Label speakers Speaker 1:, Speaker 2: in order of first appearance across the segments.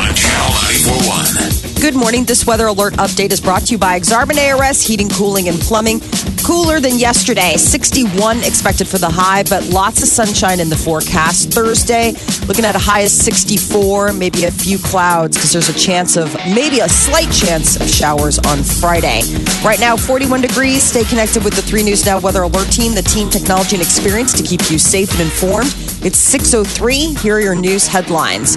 Speaker 1: on Channel 941.
Speaker 2: Good morning. This weather alert update is brought to you by Exarban ARS Heating, Cooling, and Plumbing. Cooler than yesterday, 61 expected for the high, but lots of sunshine in the forecast. Thursday, looking at a high of 64, maybe a few clouds because there's a chance of maybe a slight chance of showers on Friday. Right now, 41 degrees. Stay connected with the 3 News Now Weather Alert Team, the team technology and experience to keep you safe and informed. It's 6:03. Here are your news headlines.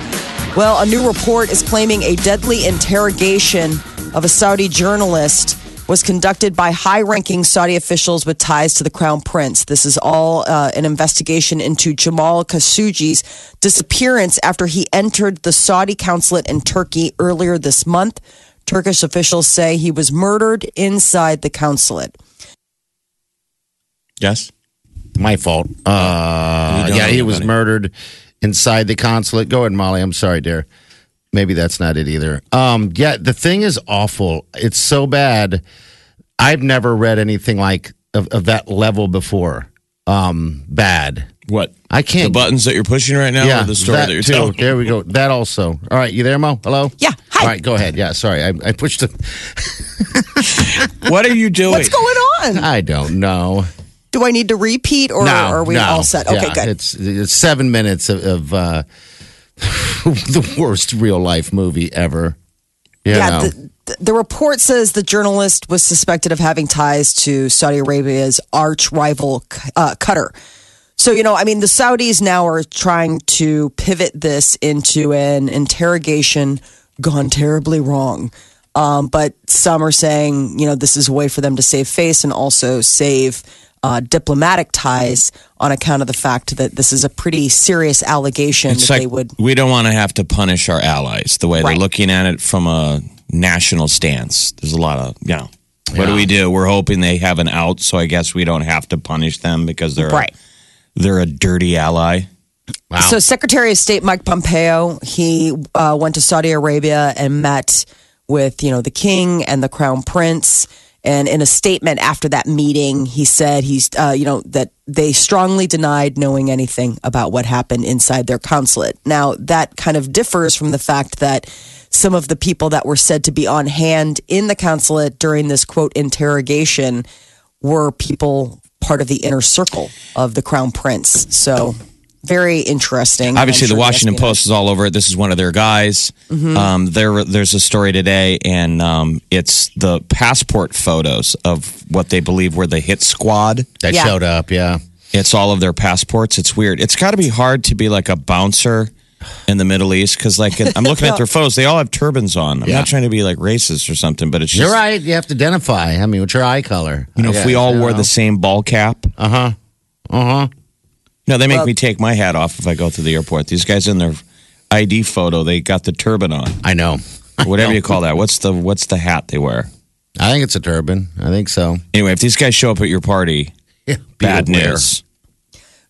Speaker 2: Well, a new report is claiming a deadly interrogation of a Saudi journalist was conducted by high ranking Saudi officials with ties to the crown prince. This is all uh, an investigation into Jamal Khashoggi's disappearance after he entered the Saudi consulate in Turkey earlier this month. Turkish officials say he was murdered inside the consulate.
Speaker 3: Yes. My fault. Uh,
Speaker 4: You don't
Speaker 3: yeah,
Speaker 4: know
Speaker 3: he was
Speaker 4: anybody.
Speaker 3: murdered inside the consulate. Go ahead, Molly. I'm sorry, dear. Maybe that's not it either. Um, yeah, the thing is awful. It's so bad. I've never read anything like of, of that level before. Um, bad.
Speaker 4: What?
Speaker 3: I can't.
Speaker 4: The buttons that you're pushing right now
Speaker 3: yeah,
Speaker 4: or the story that, you're
Speaker 3: too.
Speaker 4: telling?
Speaker 3: There we go. That also. All right, you there, Mo? Hello.
Speaker 2: Yeah, hi.
Speaker 3: All right, go ahead. Yeah, sorry, I, I pushed. The,
Speaker 4: What are you doing?
Speaker 2: What's going on?
Speaker 3: I don't know.
Speaker 2: Do I need to repeat or
Speaker 3: Uh, no,
Speaker 2: are we
Speaker 3: no.
Speaker 2: all set? Okay,
Speaker 3: Yeah,
Speaker 2: good.
Speaker 3: It's, it's seven minutes of, of uh, the worst real life movie ever. You know.
Speaker 2: the, the- the report says the journalist was suspected of having ties to Saudi Arabia's arch rival uh, Qatar. So, you know, I mean, the Saudis now are trying to pivot this into an interrogation gone terribly wrong. Um, but some are saying, you know, this is a way for them to save face and also save uh, diplomatic ties on account of the fact that this is a pretty serious allegation
Speaker 4: It's
Speaker 2: that
Speaker 4: like
Speaker 2: they would.
Speaker 4: we don't want to have to punish our allies the way
Speaker 2: Right.
Speaker 4: they're looking at it from a national stance. There's a lot of, you know, what do we do? We're hoping they have an out, so I guess we don't have to punish them because they're
Speaker 2: Right.
Speaker 4: a, they're a dirty ally.
Speaker 3: wow.
Speaker 2: So, Secretary of State Mike Pompeo, he uh, went to Saudi Arabia and met with, you know, the king and the crown prince. And in a statement after that meeting, he said he's, uh, you know, that they strongly denied knowing anything about what happened inside their consulate. Now, that kind of differs from the fact that some of the people that were said to be on hand in the consulate during this quote interrogation were people part of the inner circle of the crown prince. So very interesting.
Speaker 4: Obviously,
Speaker 2: I'm sure
Speaker 4: the Washington
Speaker 2: espionage-
Speaker 4: Post is all over it. This is one of their guys.
Speaker 2: Mm-hmm.
Speaker 4: Um, there, there's a story today, and um, it's the passport photos of what they believe were the hit squad.
Speaker 3: that
Speaker 2: yeah.
Speaker 3: showed up. Yeah.
Speaker 4: It's all of their passports. It's weird. It's got to be hard to be like a bouncer in the Middle East because, like, I'm looking at their photos. They all have turbans on. I'm
Speaker 3: Yeah.
Speaker 4: not trying to be like racist or something, but it's just
Speaker 3: You're right. You have to identify. I mean, with your eye color.
Speaker 4: You know, if we all wore the same ball cap,
Speaker 3: Uh huh. Uh huh.
Speaker 4: no, they make
Speaker 2: Well-
Speaker 4: me take my hat off if I go through the airport. These guys in their ID photo, they got the turban on.
Speaker 3: I know.
Speaker 4: whatever you call that. What's the what's the hat they wear?
Speaker 3: I think it's a turban. I think so.
Speaker 4: Anyway, if these guys show up at your party,
Speaker 3: Yeah.
Speaker 4: bad
Speaker 3: Be aware.
Speaker 4: news.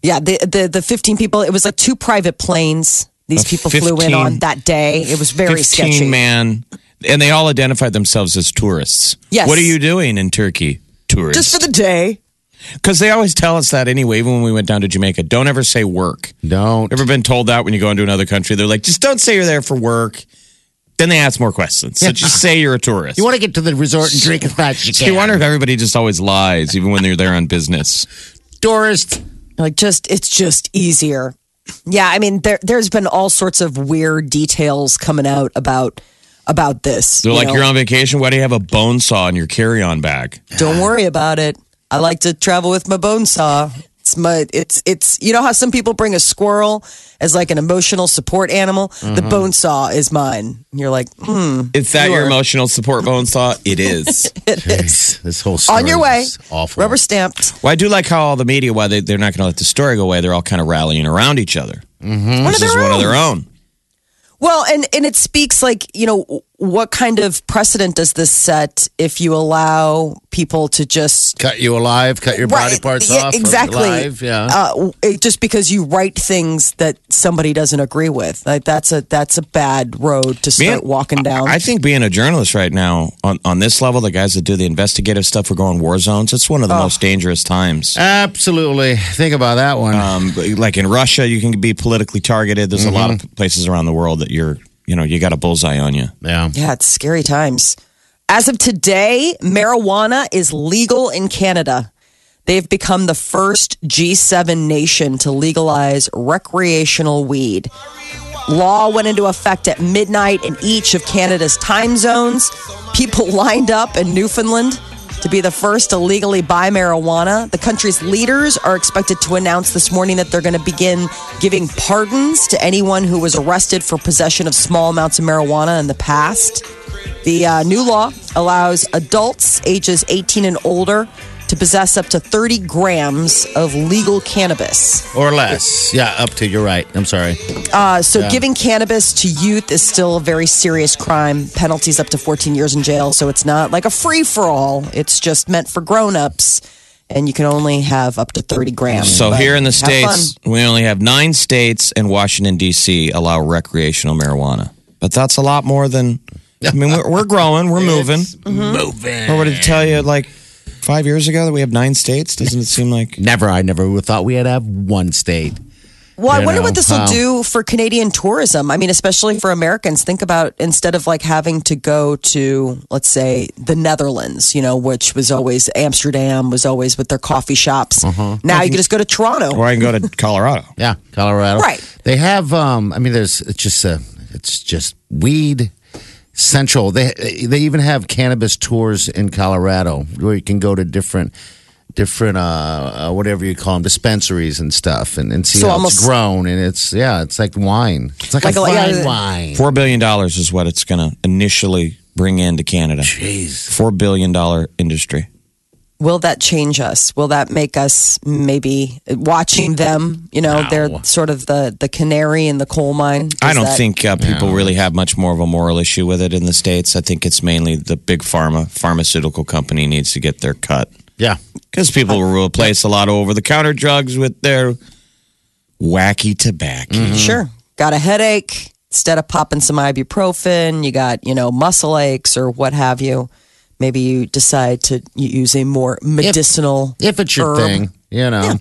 Speaker 2: Yeah, the, the the 15 people. It was like two private planes. These
Speaker 4: A
Speaker 2: people flew
Speaker 4: 15
Speaker 2: in on that day. It was very
Speaker 4: Fifteen
Speaker 2: sketchy.
Speaker 4: man, and they all identify themselves as tourists.
Speaker 2: Yes.
Speaker 4: What are you doing in Turkey,
Speaker 2: Just for
Speaker 4: tourists?
Speaker 2: the day.
Speaker 4: Because they always tell us that anyway. Even when we went down to Jamaica, don't ever say work.
Speaker 3: Don't.
Speaker 4: Ever been told that when you go into another country? They're like, just don't say you're there for work. Then they ask more questions. So just say you're a tourist.
Speaker 3: You want to get to the resort and drink as fast as you
Speaker 4: so
Speaker 3: can.
Speaker 4: you wonder if everybody just always lies, even when they're there on business.
Speaker 3: tourist.
Speaker 2: Like just it's just easier. Yeah, I mean there there's been all sorts of weird details coming out about about this.
Speaker 4: They're
Speaker 2: you
Speaker 4: like,
Speaker 2: know.
Speaker 4: you're on vacation. Why do you have a bone saw in your carry-on bag?
Speaker 2: Don't worry about it. I like to travel with my bone saw. It's my, it's it's you know how some people bring a squirrel as like an emotional support animal. The
Speaker 4: Mm-hmm.
Speaker 2: bone saw is mine. You're like, hmm.
Speaker 4: Is that your
Speaker 2: Sure.
Speaker 4: emotional support bone saw? It is.
Speaker 3: Jeez, this whole story
Speaker 2: on your way.
Speaker 3: is awful.
Speaker 2: Rubber stamped.
Speaker 4: well, I do like how all the media, why they, they're not going to let the story go away, they're all kind of rallying around each other.
Speaker 3: Hmm.
Speaker 2: One
Speaker 4: This
Speaker 2: of
Speaker 4: is
Speaker 2: their
Speaker 4: one of
Speaker 2: own.
Speaker 4: their own.
Speaker 2: Well, and and it speaks like you know what kind of precedent does this set if you allow people to just
Speaker 3: cut you alive, cut your body
Speaker 2: Right,
Speaker 3: parts
Speaker 2: yeah,
Speaker 3: off. or
Speaker 2: exactly
Speaker 3: Alive, yeah.
Speaker 2: uh, w- it- just because you write things that somebody doesn't agree with like that's a that's a bad road to
Speaker 4: Being-
Speaker 2: start walking down
Speaker 4: I I think being a journalist right now on, on this level, the guys that do the investigative stuff, we're going war zones. It's one of the most dangerous times.
Speaker 3: Absolutely. Think about that one.
Speaker 4: Um, but like in Russia, you can be politically targeted. There's a lot of places around the world that you're, you know, you got a bullseye on you.
Speaker 3: yeah.
Speaker 2: yeah it's scary times as of today marijuana is legal in Canada they've become the first G7 nation to legalize recreational weed Law went into effect at midnight in each of Canada's time zones. People lined up in Newfoundland to be the first to legally buy marijuana. The country's leaders are expected to announce this morning that they're going to begin giving pardons to anyone who was arrested for possession of small amounts of marijuana in the past. The uh, new law allows adults ages 18 and older to possess up to 30 grams of legal cannabis.
Speaker 3: Or less. Yeah, up to. You're right. I'm sorry.
Speaker 2: Uh, so giving cannabis to youth is still a very serious crime. Penalties up to 14 years in jail. So it's not like a free for all. It's just meant for grown ups, and you can only have up to 30 grams.
Speaker 4: So
Speaker 2: But
Speaker 4: here in the
Speaker 2: have fun.
Speaker 4: states, we only have nine states, and Washington D.C. allow recreational marijuana. But that's a lot more than. I mean, we're, we're growing, we're moving.
Speaker 2: Mm-hmm.
Speaker 3: Moving.
Speaker 4: Or would it tell you like five years ago that we have nine states? Doesn't it seem like?
Speaker 3: Never. I never would have thought we had to have one state.
Speaker 2: Well, I
Speaker 3: You
Speaker 2: wonder
Speaker 3: know,
Speaker 2: what this will
Speaker 3: wow.
Speaker 2: do for Canadian tourism. I mean, especially for Americans. Think about instead of like having to go to, let's say, the Netherlands, you know, which was always Amsterdam, was always with their coffee shops. Now you can just go to Toronto.
Speaker 4: Or I can go to Colorado.
Speaker 3: Yeah, Colorado.
Speaker 2: Right.
Speaker 3: They have. Um, I mean, there's it's just a, it's just weed central. They they even have cannabis tours in Colorado where you can go to different different uh, uh whatever you call them dispensaries and stuff and, and see
Speaker 2: So
Speaker 3: how
Speaker 2: almost-
Speaker 3: it's grown and it's yeah it's like wine it's like, a,
Speaker 2: Like a-
Speaker 3: fine
Speaker 2: yeah.
Speaker 3: wine
Speaker 4: Four billion dollars is what it's going to initially bring into Canada.
Speaker 3: jeez
Speaker 4: Four billion dollar industry.
Speaker 2: will that change us? Will that make us maybe watching them? You know, they're sort of the the canary in the coal mine.
Speaker 4: I
Speaker 2: Is
Speaker 4: don't
Speaker 2: that-
Speaker 4: think uh, people really have much more of a moral issue with it in the states. I think it's mainly the big pharma pharmaceutical company needs to get their cut
Speaker 3: yeah
Speaker 4: because people will replace a lot of over the counter drugs with their wacky tobacco.
Speaker 3: Mm-hmm.
Speaker 2: Sure, got a headache. Instead of popping some ibuprofen, you got you know muscle aches or what have you. Maybe you decide to use a more medicinal.
Speaker 3: if it's your
Speaker 2: herb.
Speaker 3: thing you know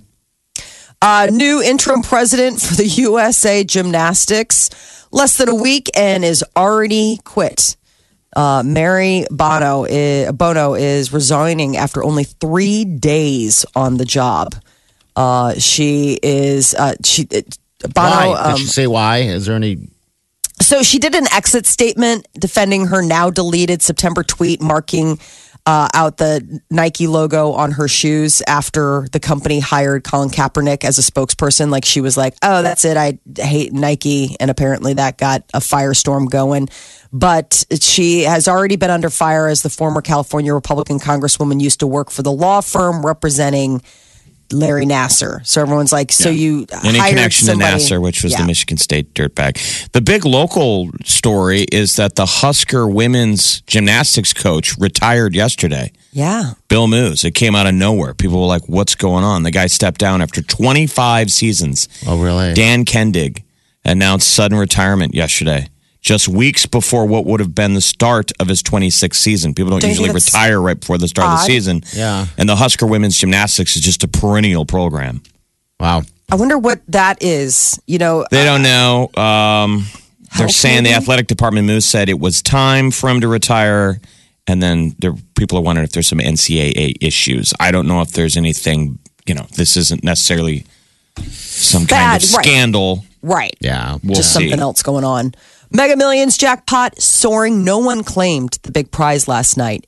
Speaker 2: Uh, new interim president for the USA Gymnastics, less than a week and is already quit. Uh, Mary Bono is, Bono is resigning after only three days on the job. Uh, she is uh, she it- Bono. um,
Speaker 3: why did she say why is there any
Speaker 2: So she did an exit statement defending her now deleted September tweet marking uh, out the Nike logo on her shoes after the company hired Colin Kaepernick as a spokesperson. Like she was like, oh, that's it. I hate Nike. And apparently that got a firestorm going. But she has already been under fire as the former California Republican Congresswoman used to work for the law firm representing Larry Nasser. So everyone's like, so you
Speaker 4: Any
Speaker 2: hired
Speaker 4: connection
Speaker 2: somebody.
Speaker 4: to Nasser, which was
Speaker 2: Yeah.
Speaker 4: the Michigan State dirtbag. The big local story is that the Husker women's gymnastics coach retired yesterday.
Speaker 2: Yeah.
Speaker 4: Bill Moose. It came out of nowhere. People were like, "What's going on?" The guy stepped down after 25 seasons.
Speaker 3: oh really
Speaker 4: Dan Kendig announced sudden retirement yesterday, just weeks before what would have been the start of his 26th season. People don't
Speaker 2: Don't you
Speaker 4: usually
Speaker 2: think that's
Speaker 4: retire right before the start of the
Speaker 2: odd?
Speaker 4: season.
Speaker 3: Yeah.
Speaker 4: And the Husker women's gymnastics is just a perennial program.
Speaker 3: wow
Speaker 2: I wonder what that is. You know,
Speaker 4: They don't know. Um, they're
Speaker 2: Health
Speaker 4: saying the
Speaker 2: maybe?
Speaker 4: athletic department moves said it was time for him to retire, and then there, people are wondering if there's some NCAA issues. I don't know if there's anything. You know, this isn't necessarily some kind
Speaker 2: Bad,
Speaker 4: of
Speaker 2: right.
Speaker 4: scandal.
Speaker 2: right?
Speaker 3: yeah
Speaker 4: We'll
Speaker 2: just
Speaker 4: see.
Speaker 2: something else going on. Mega Millions jackpot soaring. No one claimed the big prize last night.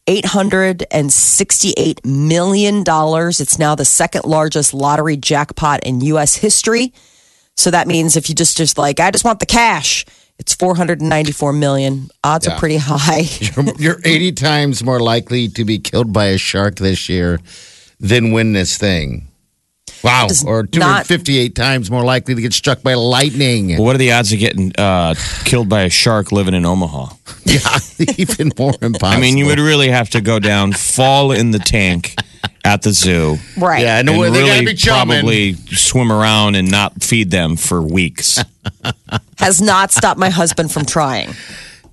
Speaker 2: $868 million. It's now the second largest lottery jackpot in U.S. history. So that means if you just, just like, I just want the cash, it's 494 million. Odds are
Speaker 3: Yeah.
Speaker 2: pretty high.
Speaker 3: You're, you're 80 times more likely to be killed by a shark this year than win this thing. Wow.
Speaker 2: does
Speaker 3: Or
Speaker 2: not-
Speaker 3: 258 times more likely to get struck by lightning.
Speaker 4: Well, what are the odds of getting uh, killed by a shark living in Omaha?
Speaker 3: Yeah, even more impossible.
Speaker 4: I mean, you would really have to go down, fall in the tank at the zoo.
Speaker 2: Right.
Speaker 3: Yeah, and,
Speaker 4: And
Speaker 3: they
Speaker 4: really
Speaker 3: gotta be chumming.
Speaker 4: probably swim around and not feed them for weeks.
Speaker 2: Has not stopped my husband from trying.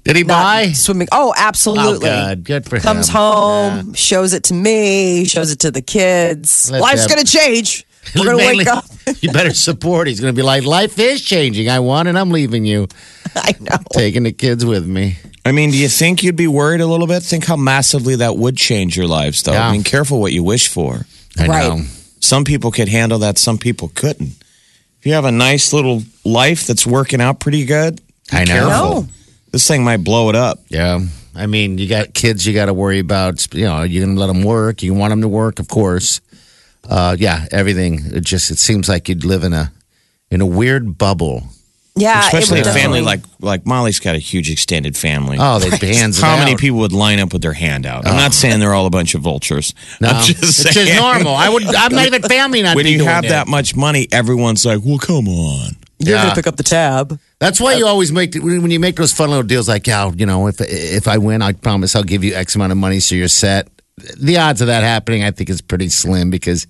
Speaker 3: Did he
Speaker 2: Not
Speaker 3: buy?
Speaker 2: Swimming. Oh, absolutely.
Speaker 3: Oh, God, good for
Speaker 2: Comes
Speaker 3: him.
Speaker 2: home, shows it to me, shows it to the kids.
Speaker 3: Let's
Speaker 2: Life's
Speaker 3: have-
Speaker 2: going to change. We're going to
Speaker 3: Mainly,
Speaker 2: wake up.
Speaker 3: you better support. He's going to be like, life is changing. I won, and I'm leaving you,
Speaker 2: I know.
Speaker 3: taking the kids with me.
Speaker 4: I mean, do you think you'd be worried a little bit? Think how massively that would change your lives, though.
Speaker 3: Yeah.
Speaker 4: I mean, careful what you wish for.
Speaker 3: I
Speaker 2: Right.
Speaker 3: know.
Speaker 4: Some people could handle that, some people couldn't. If you have a nice little life that's working out pretty good,
Speaker 3: I know.
Speaker 4: careful. This thing might blow it up.
Speaker 3: Yeah. I mean, you got kids you got to worry about. You know, you're going to let them work. You want them to work, of course. Uh, yeah, everything. It just it seems like you'd live in a in a weird bubble.
Speaker 2: Yeah. it
Speaker 4: Especially a
Speaker 2: would
Speaker 4: family
Speaker 2: definitely-
Speaker 4: like like Molly's got a huge extended family.
Speaker 3: Oh, they'd be hands
Speaker 4: How
Speaker 3: it
Speaker 4: many
Speaker 3: out.
Speaker 4: people would line up with their hand out? I'm not saying they're all a bunch of vultures.
Speaker 3: Uh, No,
Speaker 4: I'm just
Speaker 3: it's
Speaker 4: saying.
Speaker 3: just normal. I would. I'm not even family. Not
Speaker 4: When
Speaker 3: be
Speaker 4: you
Speaker 3: doing
Speaker 4: have that much money, everyone's like, "Well, come on."
Speaker 2: You're
Speaker 3: Yeah.
Speaker 2: going to pick up the tab.
Speaker 3: That's
Speaker 2: Uh,
Speaker 3: why you always make when you make those fun little deals like, yeah, you know, if if I win, I promise I'll give you X amount of money, so you're set. The odds of that happening, I think, is pretty slim because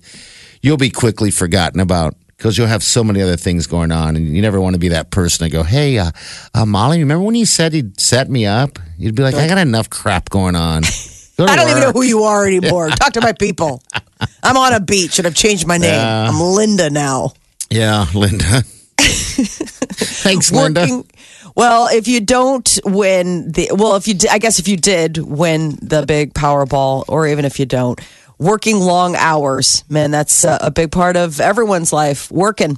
Speaker 3: you'll be quickly forgotten about because you'll have so many other things going on, and you never want to be that person to go, hey, uh, uh, Molly, remember when you said he'd set me up? You'd be like, I got enough crap going on. Go to
Speaker 2: I don't even know
Speaker 3: work.
Speaker 2: who you are anymore. Talk to my people. I'm on a beach and I've changed my name. I'm Linda now.
Speaker 3: Yeah, Linda. Thanks, Linda.
Speaker 2: Well, if you don't win the well, if you di- I guess if you did win the big Powerball, or even if you don't, working long hours, man, that's a, a big part of everyone's life. Working,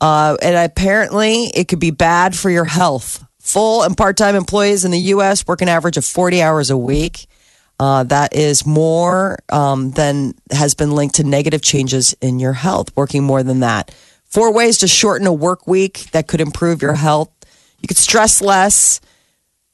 Speaker 2: uh, and apparently it could be bad for your health. Full and part-time employees in the U.S. work an average of forty hours a week. Uh, that is more um, than has been linked to negative changes in your health, working more than that. Four ways to shorten a work week that could improve your health. You could stress less,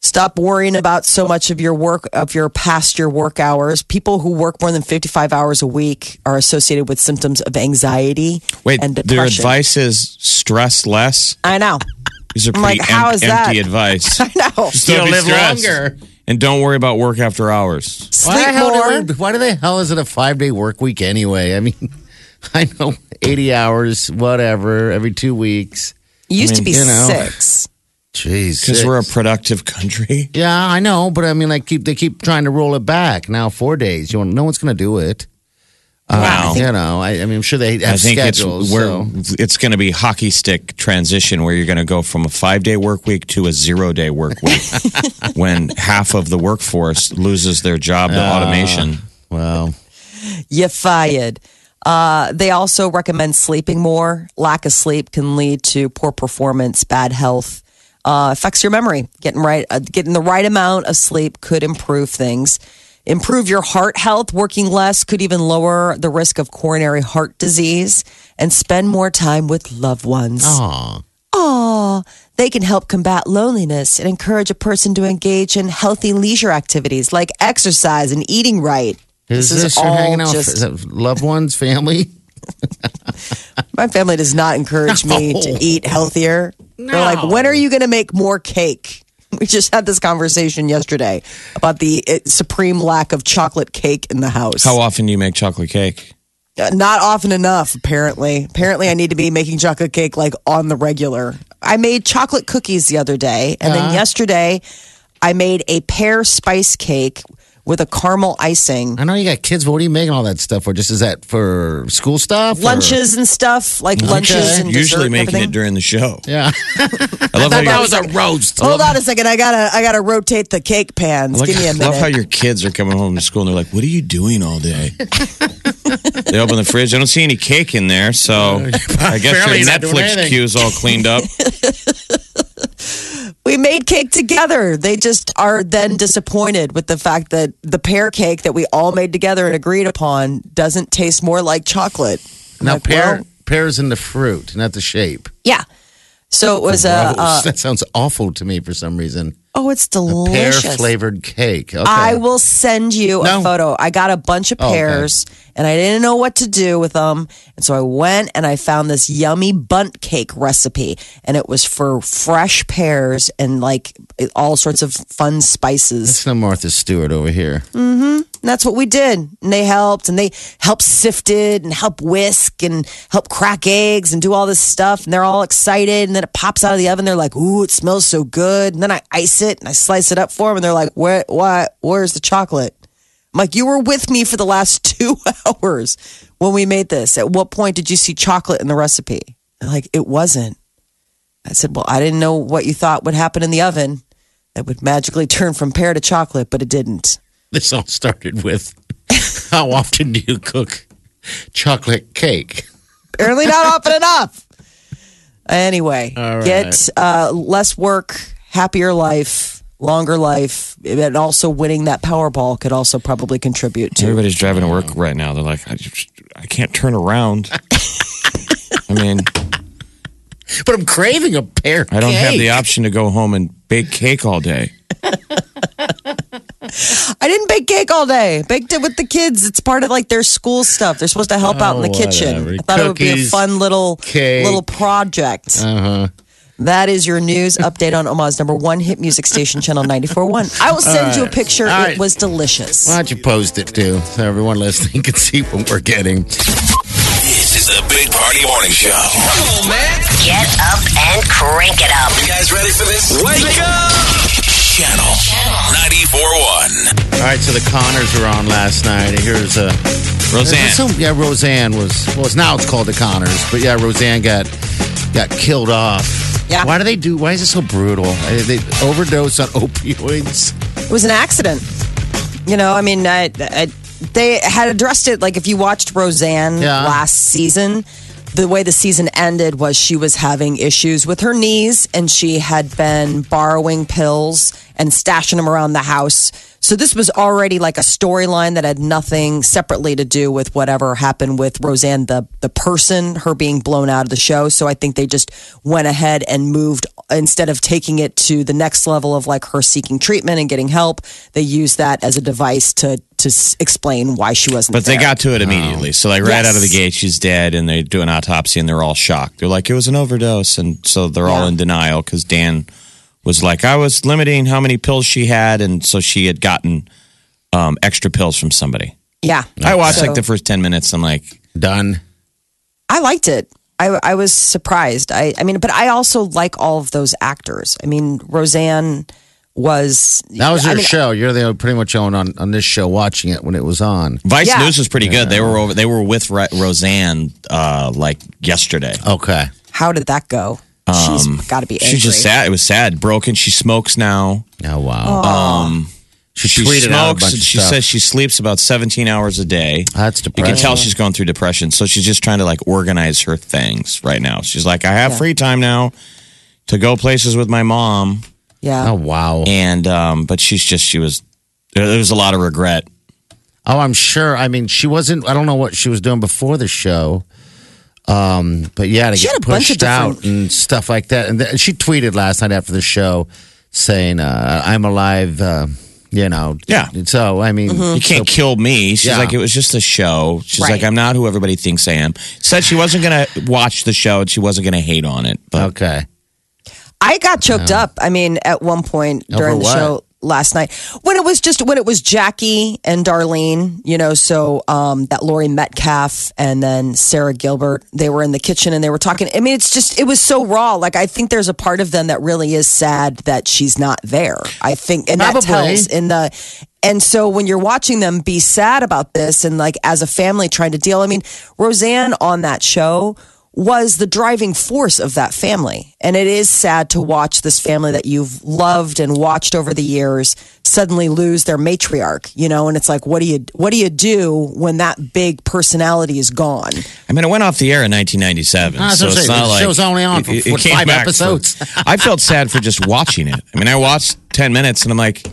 Speaker 2: stop worrying about so much of your work, of your past your work hours. People who work more than 55 hours a week are associated with symptoms of anxiety
Speaker 4: Wait,
Speaker 2: and
Speaker 4: their
Speaker 2: depression.
Speaker 4: advice is stress less.
Speaker 2: I know.
Speaker 4: These are
Speaker 2: I'm
Speaker 4: pretty
Speaker 2: like, how is that?
Speaker 4: empty advice.
Speaker 2: I know.
Speaker 4: Just
Speaker 3: You'll
Speaker 4: don't be
Speaker 3: live
Speaker 4: stressed.
Speaker 3: longer.
Speaker 4: and don't worry about work after hours.
Speaker 3: Why
Speaker 2: Sleep
Speaker 3: the, hell
Speaker 2: more.
Speaker 3: do we, why the hell is it a five day work week anyway? I mean, I know 80 hours, whatever, every two weeks.
Speaker 2: It used to be
Speaker 3: you know.
Speaker 2: six.
Speaker 3: Jeez.
Speaker 4: Because
Speaker 3: six.
Speaker 4: we're a productive country.
Speaker 3: yeah, I know, but I mean, like, keep they keep trying to roll it back. Now, four days. You want, no one's going to do it. Uh,
Speaker 4: Wow.
Speaker 3: You know, I, I mean, I'm sure they have
Speaker 4: I think it's
Speaker 3: schedules.
Speaker 4: where
Speaker 3: so.
Speaker 4: it's going to be hockey stick transition where you're going to go from a five day work week to a zero day work week when half of the workforce loses their job to
Speaker 3: Ah.
Speaker 4: automation.
Speaker 3: Well,
Speaker 2: you fired. Uh, they also recommend sleeping more. Lack of sleep can lead to poor performance, bad health, uh, affects your memory. Getting right, uh, getting the right amount of sleep could improve things. Improve your heart health. Working less could even lower the risk of coronary heart disease. And spend more time with loved ones.
Speaker 3: aw.
Speaker 2: Aw, they can help combat loneliness and encourage a person to engage in healthy leisure activities like exercise and eating right.
Speaker 3: Is this, you're hanging out with is it loved ones, family?
Speaker 2: My family does not encourage me
Speaker 3: No.
Speaker 2: to eat healthier. They're like, when are you going to make more cake? We just had this conversation yesterday about the uh, supreme lack of chocolate cake in the house.
Speaker 4: How often do you make chocolate cake?
Speaker 2: Uh, Not often enough, apparently. Apparently, I need to be making chocolate cake like on the regular. I made chocolate cookies the other day, and
Speaker 4: Uh-huh.
Speaker 2: then yesterday, I made a pear spice cake with a caramel icing.
Speaker 3: I know you got kids, but what are you making all that stuff for? Just is that for school stuff? or-
Speaker 2: Lunches and stuff like lunches and dessert
Speaker 4: Usually
Speaker 2: and
Speaker 4: making it
Speaker 2: everything.
Speaker 4: during the show.
Speaker 3: Yeah.
Speaker 4: I love how
Speaker 3: that
Speaker 4: your-
Speaker 3: was a roast.
Speaker 2: Hold on a second. I gotta I gotta rotate the cake pans.
Speaker 4: Look-
Speaker 2: Give me a minute.
Speaker 4: love how your kids are coming home from school and they're like, "What are you doing all day?" they open the fridge. I don't see any cake in there, so I guess your
Speaker 3: Apparently you're not doing
Speaker 4: Netflix
Speaker 3: anything.
Speaker 4: queue's all cleaned up.
Speaker 2: We made cake together. They just are then disappointed with the fact that the pear cake that we all made together and agreed upon doesn't taste more like chocolate.
Speaker 3: Now,
Speaker 2: Like,
Speaker 3: pear,
Speaker 2: well-
Speaker 3: pear's in the fruit, not the shape.
Speaker 2: Yeah. So it was a.
Speaker 3: Gross.
Speaker 2: Uh,
Speaker 3: that sounds awful to me for some reason.
Speaker 2: oh, it's
Speaker 3: Pear
Speaker 2: delicious.
Speaker 3: flavored cake. Okay.
Speaker 2: I will send you a
Speaker 3: No.
Speaker 2: photo. I got a bunch of
Speaker 3: Oh, okay.
Speaker 2: pears and I didn't know what to do with them. And so I went and I found this yummy bunt cake recipe and it was for fresh pears and like all sorts of fun spices.
Speaker 3: It's no Martha Stewart over here.
Speaker 2: And that's what we did. And they helped and they helped sifted and help whisk and help crack eggs and do all this stuff. And they're all excited. And then it pops out of the oven. They're like, ooh, it smells so good. And then I ice it and I slice it up for them. And they're like, where, why, where's the chocolate? I'm like, you were with me for the last two hours when we made this. At what point did you see chocolate in the recipe? They're like, it wasn't. I said, well, I didn't know what you thought would happen in the oven that would magically turn from pear to chocolate, but it didn't.
Speaker 3: This all started with how often do you cook chocolate cake?
Speaker 2: apparently not often enough. Anyway,
Speaker 3: right.
Speaker 2: get uh, less work, happier life, longer life, and also winning that Powerball could also probably contribute to.
Speaker 4: Everybody's driving to work right now. They're like, I, just, I can't turn around. I mean,
Speaker 3: But I'm craving a pear
Speaker 4: I don't have the
Speaker 3: cake.
Speaker 4: option to go home and bake cake all day.
Speaker 2: I didn't bake cake all day. Baked it with the kids. It's part of like their school stuff. They're supposed to help out in the
Speaker 3: Oh,
Speaker 2: kitchen.
Speaker 3: whatever.
Speaker 2: I thought it would be a
Speaker 3: Cookies,
Speaker 2: fun little
Speaker 3: cake.
Speaker 2: little project.
Speaker 3: Uh-huh.
Speaker 2: That is your news update on Omaha's number one hit music station, Channel 94.1. I will send you a picture.
Speaker 3: All
Speaker 2: It
Speaker 3: right.
Speaker 2: was delicious.
Speaker 3: Why don't you post it too so everyone listening can see what we're getting?
Speaker 1: This is the Big Party Morning Show. Come on, man.
Speaker 5: Get up and crank it up.
Speaker 1: You guys ready for this? Wake up! Channel 94.1.
Speaker 3: All right, so the Connors were on last night. Here's uh, a
Speaker 4: Roseanne.
Speaker 3: yeah, Roseanne was well. It's now it's called the Connors, but yeah, Roseanne got got killed off.
Speaker 2: Yeah.
Speaker 3: Why do they do? Why is it so brutal? Uh, They overdose on opioids.
Speaker 2: It was an accident. You know, I mean, I, I, they had addressed it. Like, if you watched Roseanne
Speaker 3: Yeah.
Speaker 2: last season, the way the season ended was she was having issues with her knees and she had been borrowing pills and stashing them around the house. So, this was already like a storyline that had nothing separately to do with whatever happened with Roseanne, the, the person, her being blown out of the show. So, I think they just went ahead and moved instead of taking it to the next level of like her seeking treatment and getting help. They used that as a device to to s- explain why she wasn't.
Speaker 4: But they
Speaker 2: there.
Speaker 4: got to it immediately. So like right
Speaker 2: Yes.
Speaker 4: out of the gate, she's dead, and they do an autopsy, and they're all shocked. They're like, it was an overdose, and so they're all in denial because Dan was like, I was limiting how many pills she had, and so she had gotten um, extra pills from somebody.
Speaker 2: yeah.
Speaker 4: I watched
Speaker 2: So-
Speaker 4: like the first ten minutes. I'm like,
Speaker 3: Done.
Speaker 2: I liked it. I, I was surprised. I, I mean, but I also like all of those actors. I mean, Roseanne was
Speaker 3: That was
Speaker 2: I
Speaker 3: your
Speaker 2: mean,
Speaker 3: show. You're the pretty much own on on this show watching it when it was on.
Speaker 4: Vice
Speaker 2: Yeah.
Speaker 4: News was pretty good. They were over. They were with Ro- Roseanne uh, like yesterday.
Speaker 3: Okay.
Speaker 2: How did that go? She's got to be angry.
Speaker 4: Um, She's just sad. It was sad. Broken. She smokes now.
Speaker 3: Oh wow. Um, she,
Speaker 4: She
Speaker 3: tweeted out a
Speaker 4: smokes.
Speaker 3: bunch of
Speaker 4: she
Speaker 3: stuff.
Speaker 4: says she sleeps about 17 hours a day.
Speaker 3: That's
Speaker 4: You can
Speaker 3: depressing.
Speaker 4: tell she's going through depression. So she's just trying to like organize her things right now. She's like, I have free time now to go places with my mom.
Speaker 2: Yeah.
Speaker 3: "Oh wow."
Speaker 4: And, um, but she's just, she was, there there was a lot of regret.
Speaker 3: Oh, I'm sure. I mean, she wasn't. I don't know what she was doing before the show. Um, but yeah, to
Speaker 2: She
Speaker 3: get
Speaker 2: had a bunch of
Speaker 3: pushed out and stuff like that. And th- she tweeted last night after the show saying, uh, "I'm alive." Uh, you know.
Speaker 4: Yeah.
Speaker 3: So I mean,
Speaker 2: Mm-hmm.
Speaker 4: You can't kill me. She's
Speaker 3: Yeah.
Speaker 4: like, it was just a show. She's
Speaker 2: Right.
Speaker 4: like, I'm not who everybody thinks I am. Said she wasn't going to watch the show and she wasn't going to hate on it. But
Speaker 3: okay.
Speaker 2: I got choked up. I mean, at one point during
Speaker 3: Over
Speaker 2: the
Speaker 3: what?
Speaker 2: show last night, when it was just when it was Jackie and Darlene, you know, so um, that Lori Metcalf and then Sarah Gilbert, they were in the kitchen and they were talking. I mean, it's just it was so raw. Like I think there's a part of them that really is sad that she's not there. I think, and that
Speaker 3: Probably.
Speaker 2: tells in the. And so when you're watching them be sad about this and like as a family trying to deal, I mean, Roseanne on that show was the driving force of that family. And it is sad to watch this family that you've loved and watched over the years suddenly lose their matriarch, you know, and it's like what do you what do you do when that big personality is gone?
Speaker 4: I mean, it went off the air in 1997,
Speaker 3: Ah, that's
Speaker 4: so
Speaker 3: what I'm
Speaker 4: it's
Speaker 3: saying.
Speaker 4: not
Speaker 3: The
Speaker 4: like
Speaker 3: show's only on for, what,
Speaker 4: came
Speaker 3: five
Speaker 4: back for-
Speaker 3: episodes?
Speaker 4: I felt sad for just watching it. I mean, I watched 10 minutes, and I'm like,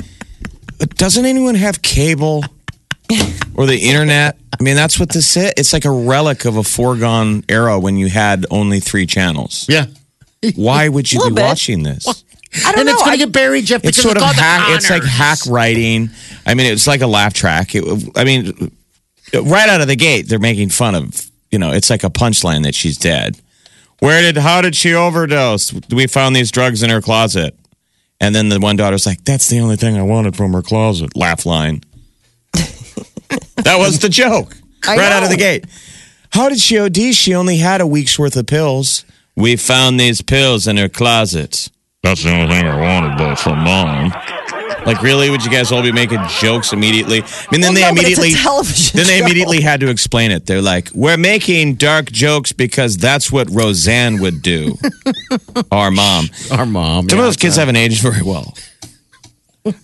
Speaker 4: "But doesn't anyone have cable or the internet? I mean, that's what this is. It's like a relic of a foregone era when you had only three channels.
Speaker 3: Yeah.
Speaker 4: Why would you be
Speaker 2: Little bit.
Speaker 4: watching this?
Speaker 2: I don't
Speaker 3: and
Speaker 2: know.
Speaker 3: it's going
Speaker 2: I-
Speaker 3: to get buried, Jeff.
Speaker 4: it's
Speaker 3: because
Speaker 4: sort of
Speaker 3: called the
Speaker 4: hack. It's like
Speaker 3: honors.
Speaker 4: hack writing. I mean, it's like a laugh track. It, I mean, right out of the gate, they're making fun of. You know, it's like a punchline that she's dead. Where did? How did she overdose? We found these drugs in her closet. And then the one daughter's like, "That's the only thing I wanted from her closet." Laugh line. that was the joke
Speaker 2: I
Speaker 4: right out of
Speaker 2: know.
Speaker 4: the gate. How did she OD? She only had a week's worth of pills. We found these pills in her closet. That's the only thing I wanted, though, from mom. Like, really? Would you guys all be making jokes immediately? I mean, then
Speaker 2: Well,
Speaker 4: they
Speaker 2: no, but it's a
Speaker 4: immediately
Speaker 2: television
Speaker 4: then they
Speaker 2: show.
Speaker 4: immediately had to explain it. They're like, "We're making dark jokes because that's what Roseanne would do." Our mom.
Speaker 3: Our mom.
Speaker 4: Some
Speaker 3: yeah.
Speaker 4: of those kids haven't aged very well.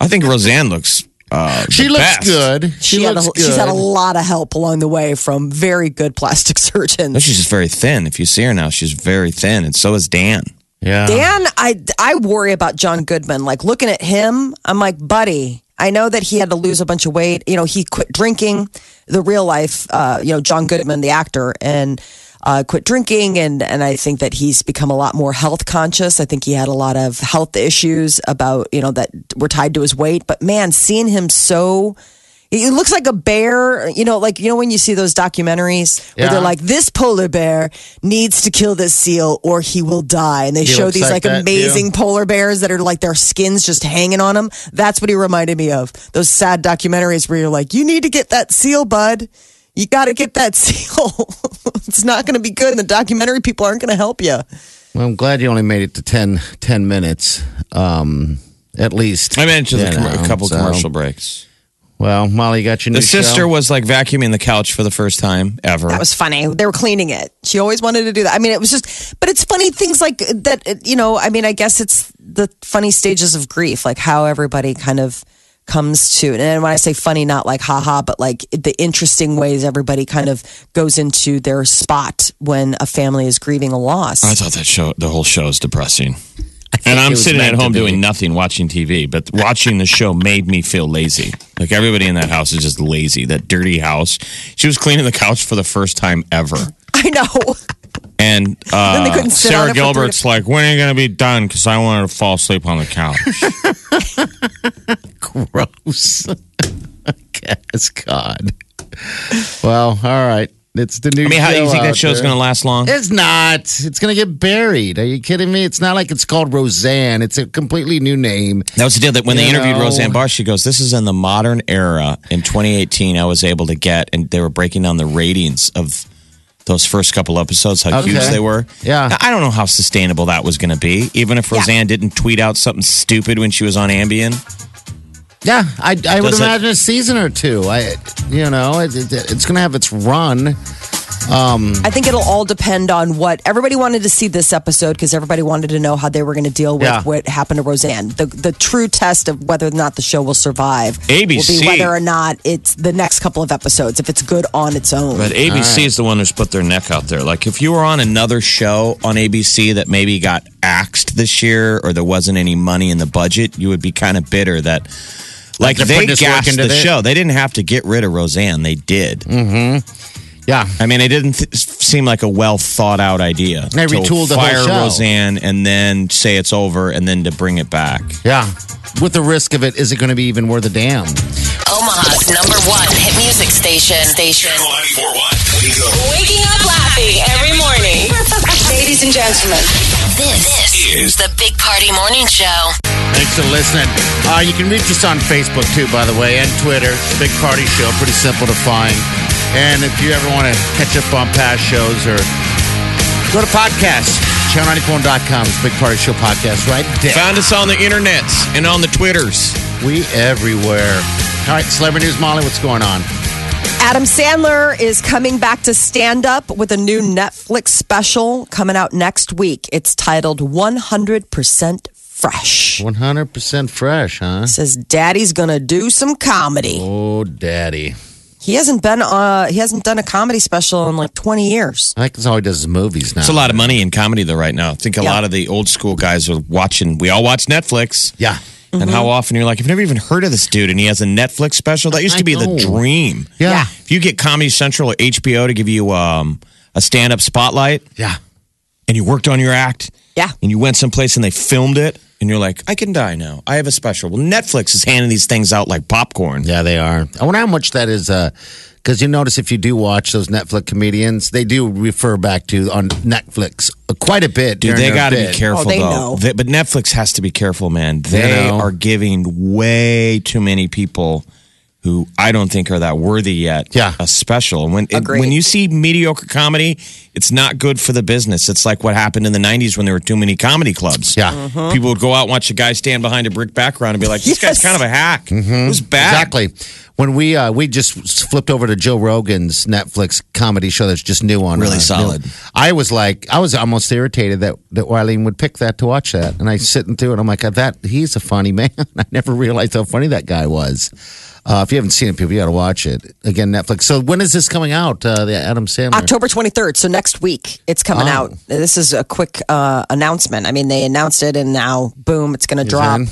Speaker 4: I think Roseanne looks. Uh, the
Speaker 3: She looks
Speaker 4: best.
Speaker 3: good. She,
Speaker 2: she had a,
Speaker 3: looks good.
Speaker 2: she's had a lot of help along the way from very good plastic surgeons.
Speaker 4: No, she's just very thin. If you see her now, she's very thin, and so is Dan.
Speaker 3: yeah.
Speaker 2: Dan, I I worry about John Goodman. Like looking at him, I'm like, buddy. I know that he had to lose a bunch of weight. You know, he quit drinking. The real life, uh, you know, John Goodman, the actor, and uh, quit drinking. And and I think that he's become a lot more health conscious. I think he had a lot of health issues about you know that were tied to his weight. But man, seeing him so. He looks like a bear, you know, like you know when you see those documentaries where
Speaker 3: Yeah.
Speaker 2: they're like, "This polar bear needs to kill this seal, or he will die," and they
Speaker 3: He
Speaker 2: show
Speaker 3: looks
Speaker 2: these
Speaker 3: like
Speaker 2: like,
Speaker 3: that,
Speaker 2: amazing
Speaker 3: yeah.
Speaker 2: polar bears that are like their skins just hanging on them. That's what he reminded me of. Those sad documentaries where you're like, you need to get that seal, bud. You got to get that seal. it's not going to be good, and the documentary people aren't going to help you.
Speaker 3: Well, I'm glad you only made it to 10, 10 minutes, um, at least.
Speaker 4: I mentioned
Speaker 3: You
Speaker 4: the com-
Speaker 3: know,
Speaker 4: a couple
Speaker 3: so-
Speaker 4: commercial breaks.
Speaker 3: Well, Molly you got your new
Speaker 4: The sister
Speaker 3: show?
Speaker 4: was like vacuuming the couch for the first time ever.
Speaker 2: That was funny. They were cleaning it. She always wanted to do that. I mean, it was just, but it's funny things like that, uh, you know, I mean, I guess it's the funny stages of grief, like how everybody kind of comes to, and when I say funny, not like haha, but like the interesting ways everybody kind of goes into their spot when a family is grieving a loss.
Speaker 4: I thought that show, the whole show, is depressing. And I'm
Speaker 3: was
Speaker 4: sitting at
Speaker 3: meant to
Speaker 4: home
Speaker 3: be.
Speaker 4: doing nothing, watching TV. But watching the show made me feel lazy. Like everybody in that house is just lazy. That dirty house. She was cleaning the couch for the first time ever.
Speaker 2: I know.
Speaker 4: And
Speaker 2: Then they
Speaker 4: uh,
Speaker 2: couldn't sit on
Speaker 4: Sarah
Speaker 2: it for three
Speaker 4: Gilbert's like, "When are you going to be done? Because I want her to fall asleep on the couch."
Speaker 3: gross. I guess God. Well, all right. It's the new.
Speaker 4: I mean, how do you think that show's going to
Speaker 3: to?
Speaker 4: last long?
Speaker 3: It's not. It's going to get buried. Are you kidding me? It's not like it's called Roseanne. It's a completely new name.
Speaker 4: That was the deal that when they
Speaker 3: You
Speaker 4: interviewed
Speaker 3: know.
Speaker 4: Roseanne Barr, she goes, This is in the modern era. In 2018, I was able to get, and they were breaking down the ratings of those first couple episodes, how
Speaker 3: Okay.
Speaker 4: huge they were.
Speaker 3: Yeah.
Speaker 4: Now, I don't know how sustainable that was going to be, even if Roseanne didn't tweet out something stupid when she was on Ambien.
Speaker 3: Yeah, I, I would
Speaker 4: Does it-
Speaker 3: imagine a season or two. I, you know, it, it, it's going to have its run.
Speaker 2: I think it'll all depend on what everybody wanted to see this episode because everybody wanted to know how they were going to deal with
Speaker 3: Yeah.
Speaker 2: what happened to Roseanne. The the true test of whether or not the show will survive will
Speaker 4: ABC.
Speaker 2: be whether or not it's the next couple of episodes if it's good on its own.
Speaker 4: But ABC is the one who's put their neck out there. Like, if you were on another show on ABC that maybe got axed this year or there wasn't any money in the budget, you would be kind of bitter that, like,
Speaker 3: they're
Speaker 4: they
Speaker 3: putting this work
Speaker 4: gassed
Speaker 3: into Mm.
Speaker 4: the
Speaker 3: it.
Speaker 4: show. They didn't have to get rid of Roseanne. They did.
Speaker 3: Yeah,
Speaker 4: I mean, it didn't th- seem like a well thought out idea.
Speaker 3: They
Speaker 4: To
Speaker 3: retooled the whole
Speaker 4: fire
Speaker 3: show.
Speaker 4: Roseanne and then say it's over and then to bring it back.
Speaker 3: yeah. With the risk of it, is it going to be even worth a damn?
Speaker 5: Omaha's number one hit music station. Station.
Speaker 1: Channel 94.1. Wake up.
Speaker 6: Waking up laughing every morning. Ladies and gentlemen,
Speaker 5: This, is the Big Party Morning Show.
Speaker 3: Thanks for listening. Uh, you can reach us on Facebook too, by the way, and Twitter. Big Party Show, pretty simple to find. And if you ever want to catch up on past shows or go to podcasts, channel94.com is Big Party Show podcast right there.
Speaker 4: Found us on the internets and on the Twitters.
Speaker 3: we everywhere. All right, celebrity news, Molly. What's going on?
Speaker 2: Adam Sandler is coming back to stand up with a new Netflix special coming out next week. It's titled 100% Fresh.
Speaker 3: 100% fresh, huh?
Speaker 2: Says daddy's going to do some comedy.
Speaker 3: Oh, daddy.
Speaker 2: He hasn't been uh he hasn't done a comedy special in like 20 years.
Speaker 3: I think that's all he does is movies now.
Speaker 4: It's a lot of money in comedy though right now. I think a
Speaker 2: Yeah.
Speaker 4: lot of the old school guys are watching. We all watch Netflix.
Speaker 3: Yeah.
Speaker 4: And
Speaker 3: Mm-hmm.
Speaker 4: how often you're like, I've never even heard of this dude, and he has a Netflix special. That used to
Speaker 3: I
Speaker 4: be the
Speaker 3: know.
Speaker 4: dream.
Speaker 3: Yeah.
Speaker 4: If you get Comedy Central or HBO to give you um, a stand up spotlight,
Speaker 3: Yeah.
Speaker 4: and you worked on your act,
Speaker 2: Yeah.
Speaker 4: and you went someplace and they filmed it, and you're like, I can die now. I have a special. Well, Netflix is handing these things out like popcorn.
Speaker 3: Yeah, they are. I wonder how much that is. Because you notice if you do watch those Netflix comedians, they do refer back to on Netflix quite a bit.
Speaker 4: Dude,
Speaker 3: during
Speaker 4: they
Speaker 3: their
Speaker 4: got to be
Speaker 3: bid.
Speaker 4: careful,
Speaker 2: Oh, they
Speaker 4: though.
Speaker 2: know.
Speaker 4: They- but Netflix has to be careful, man. They
Speaker 3: know.
Speaker 4: are giving way too many people who I don't think are that worthy yet
Speaker 3: Yeah.
Speaker 4: a special. When it-
Speaker 2: Agreed.
Speaker 4: when you see mediocre comedy, it's not good for the business. It's like what happened in the '90s when there were too many comedy clubs.
Speaker 3: Yeah.
Speaker 4: people would go out and watch a guy stand behind a brick background and be like, "This
Speaker 2: Mm-hmm. Yes.
Speaker 4: guy's kind of a hack. It was bad."
Speaker 3: Mm-hmm. Exactly. When we uh, we just flipped over to Joe Rogan's Netflix comedy show that's just new on
Speaker 4: Really
Speaker 3: uh,
Speaker 4: solid.
Speaker 3: new- I was like, I was almost irritated that that Wileen would pick that to watch that, and I sitting through it. I'm like, that he's a funny man. I never realized how funny that guy was. Uh, if you haven't seen it, people, you got to watch it again. Netflix. So when is this coming out? Uh, the Adam Sandler.
Speaker 2: October 23rd, so next week it's coming out. This is a quick uh, announcement. I mean, they announced it and now boom, it's going to drop.
Speaker 3: in.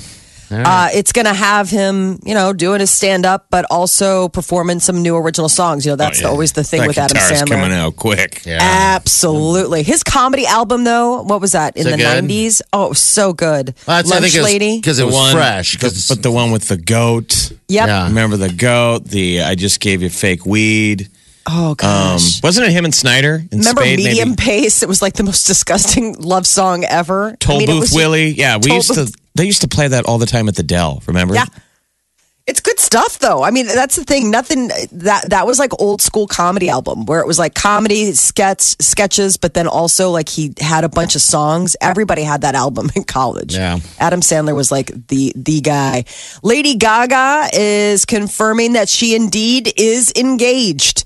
Speaker 2: Uh, it's going to have him, um, you know, doing his stand up, but also performing some new original songs. You know, that's always the thing
Speaker 4: Oh, That
Speaker 2: with Adam
Speaker 4: guitar's
Speaker 2: Sandler.
Speaker 4: coming out quick. Yeah.
Speaker 2: Uh, Absolutely. His comedy album, though, what was that in
Speaker 3: Is it
Speaker 2: the
Speaker 3: good?
Speaker 2: 90s? Oh, so good.
Speaker 3: Well, that's- I
Speaker 2: Lunch
Speaker 3: think it was-
Speaker 2: Lady.
Speaker 3: 'cause it was fresh. Because
Speaker 4: but the one with the goat.
Speaker 2: Yep.
Speaker 3: Yeah.
Speaker 4: Remember the goat? The I just gave you fake weed.
Speaker 2: Oh
Speaker 4: Um,
Speaker 2: gosh.
Speaker 4: wasn't it him and Snyder? In
Speaker 2: Remember
Speaker 4: Spade,
Speaker 2: Medium
Speaker 4: maybe?
Speaker 2: Pace? It was like the most disgusting love song ever.
Speaker 4: Toll
Speaker 2: I mean, it
Speaker 4: Booth
Speaker 2: was-
Speaker 4: Willie. Yeah, we
Speaker 2: Toll
Speaker 4: used
Speaker 2: Booth-
Speaker 4: to. They used to play that all the time at the Dell. Remember?
Speaker 2: Yeah. It's good stuff, though. I mean, that's the thing. Nothing that that was like old school comedy album where it was like comedy sketch sketches, but then also like he had a bunch of songs. Everybody had that album in college.
Speaker 3: Yeah.
Speaker 2: Adam Sandler was like the the guy. Lady Gaga is confirming that she indeed is engaged.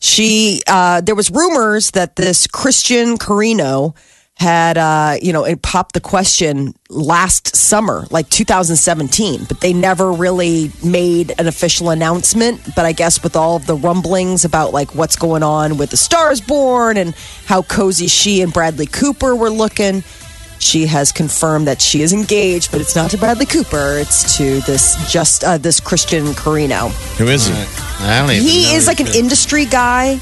Speaker 2: She uh, there was rumors that this Christian Carino had uh, you know it popped the question last summer, like 2017, but they never really made an official announcement. But I guess with all of the rumblings about like what's going on with the Stars Born and how cozy she and Bradley Cooper were looking. She has confirmed that she is engaged, but it's not to Bradley Cooper. It's to this just uh, this Christian Carino
Speaker 4: Who is he?
Speaker 3: I don't even know.
Speaker 2: he is like an industry guy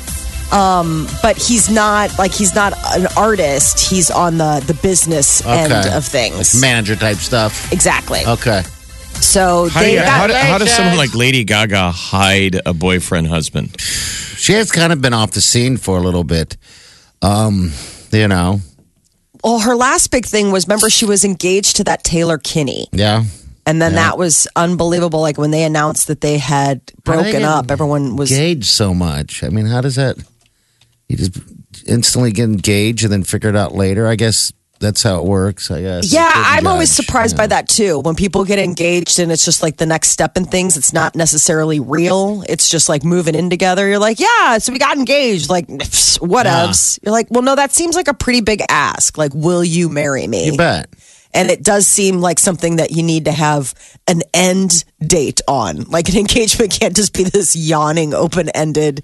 Speaker 2: um, but he's not like he's not an artist he's on the the business end of things
Speaker 3: Like manager type stuff.
Speaker 2: exactly
Speaker 3: Okay.
Speaker 2: so
Speaker 4: How, do
Speaker 2: they
Speaker 4: you- how
Speaker 2: got
Speaker 4: do- how does
Speaker 3: Congratulations.
Speaker 4: someone like Lady Gaga hide a boyfriend husband?
Speaker 3: She has kind of been off the scene for a little bit. Um, you know.
Speaker 2: well her last big thing was remember she was engaged to that taylor kinney
Speaker 3: Yeah.
Speaker 2: and then that was unbelievable like when they announced that they had
Speaker 3: How do they
Speaker 2: broken
Speaker 3: get
Speaker 2: up everyone was
Speaker 3: Engaged so much. I mean, how does that you just instantly get engaged and then figure it out later? I guess that's how it works, I guess.
Speaker 2: Yeah,
Speaker 3: I
Speaker 2: I'm
Speaker 3: couldn't
Speaker 2: always
Speaker 3: judge.
Speaker 2: surprised by
Speaker 3: Yeah.
Speaker 2: that too. When people get engaged and it's just like the next step in things, it's not necessarily real. It's just like moving in together. You're like, yeah, so we got engaged. Like, what else? You're like, well, no, that seems like a pretty big ask. Like, will you marry me?
Speaker 3: You bet.
Speaker 2: And it does seem like something that you need to have an end date on. Like, an engagement can't just be this yawning, open ended.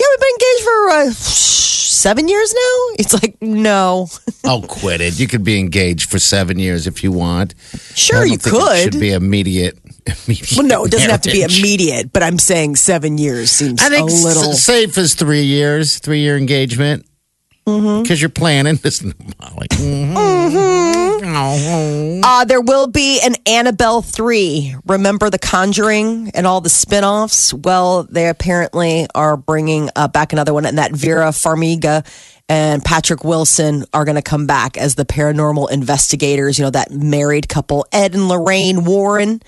Speaker 2: Yeah, we've been engaged for uh, seven years now. It's like, no,
Speaker 3: Oh, quit it. You could be engaged for seven years if you want. I
Speaker 2: sure
Speaker 3: don't
Speaker 2: you
Speaker 3: think
Speaker 2: could.
Speaker 3: It should be immediate. immediate
Speaker 2: Well, no, it doesn't have to be
Speaker 3: marriage.
Speaker 2: immediate, but I'm saying seven years seems
Speaker 3: I think
Speaker 2: a little.
Speaker 3: s- safe is three years, three year engagement.
Speaker 2: Mm-hmm.
Speaker 3: Because you're planning. Listen, to Molly.
Speaker 2: Mm-hmm.
Speaker 3: Oh,
Speaker 2: Uh, there will be an Annabelle 3. Remember The Conjuring and all the spin offs? Well, they apparently are bringing uh, back another one, and that Vera Farmiga and Patrick Wilson are going to come back as the paranormal investigators, you know, that married couple, Ed and Lorraine Warren.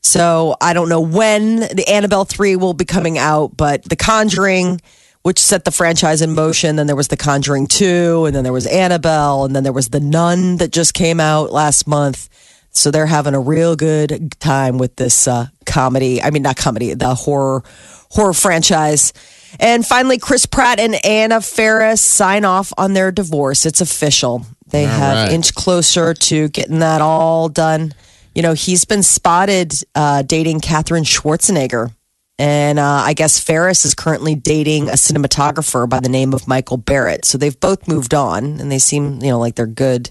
Speaker 2: So I don't know when the Annabelle 3 will be coming out, but The Conjuring, which set the franchise in motion, then there was The Conjuring 2, and then there was Annabelle, and then there was The Nun that just came out last month. So they're having a real good time with this uh, comedy. I mean, not comedy, the horror horror franchise. And finally, Chris Pratt and Anna Faris sign off on their divorce. It's official. They
Speaker 7: All
Speaker 2: have
Speaker 7: right.
Speaker 2: inch closer to getting that all done. You know, he's been spotted uh, dating Katherine Schwarzenegger. And uh, I guess Ferris is currently dating a cinematographer by the name of Michael Barrett. So they've both moved on and they seem, you know, like they're good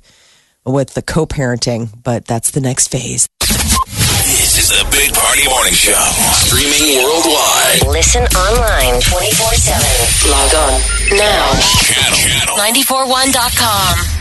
Speaker 2: with the co parenting, but that's the next phase.
Speaker 1: This is the Big Party Morning Show. Streaming worldwide.
Speaker 5: Listen online 24 7. Log on now.
Speaker 1: Channel,
Speaker 5: Channel. 941.com.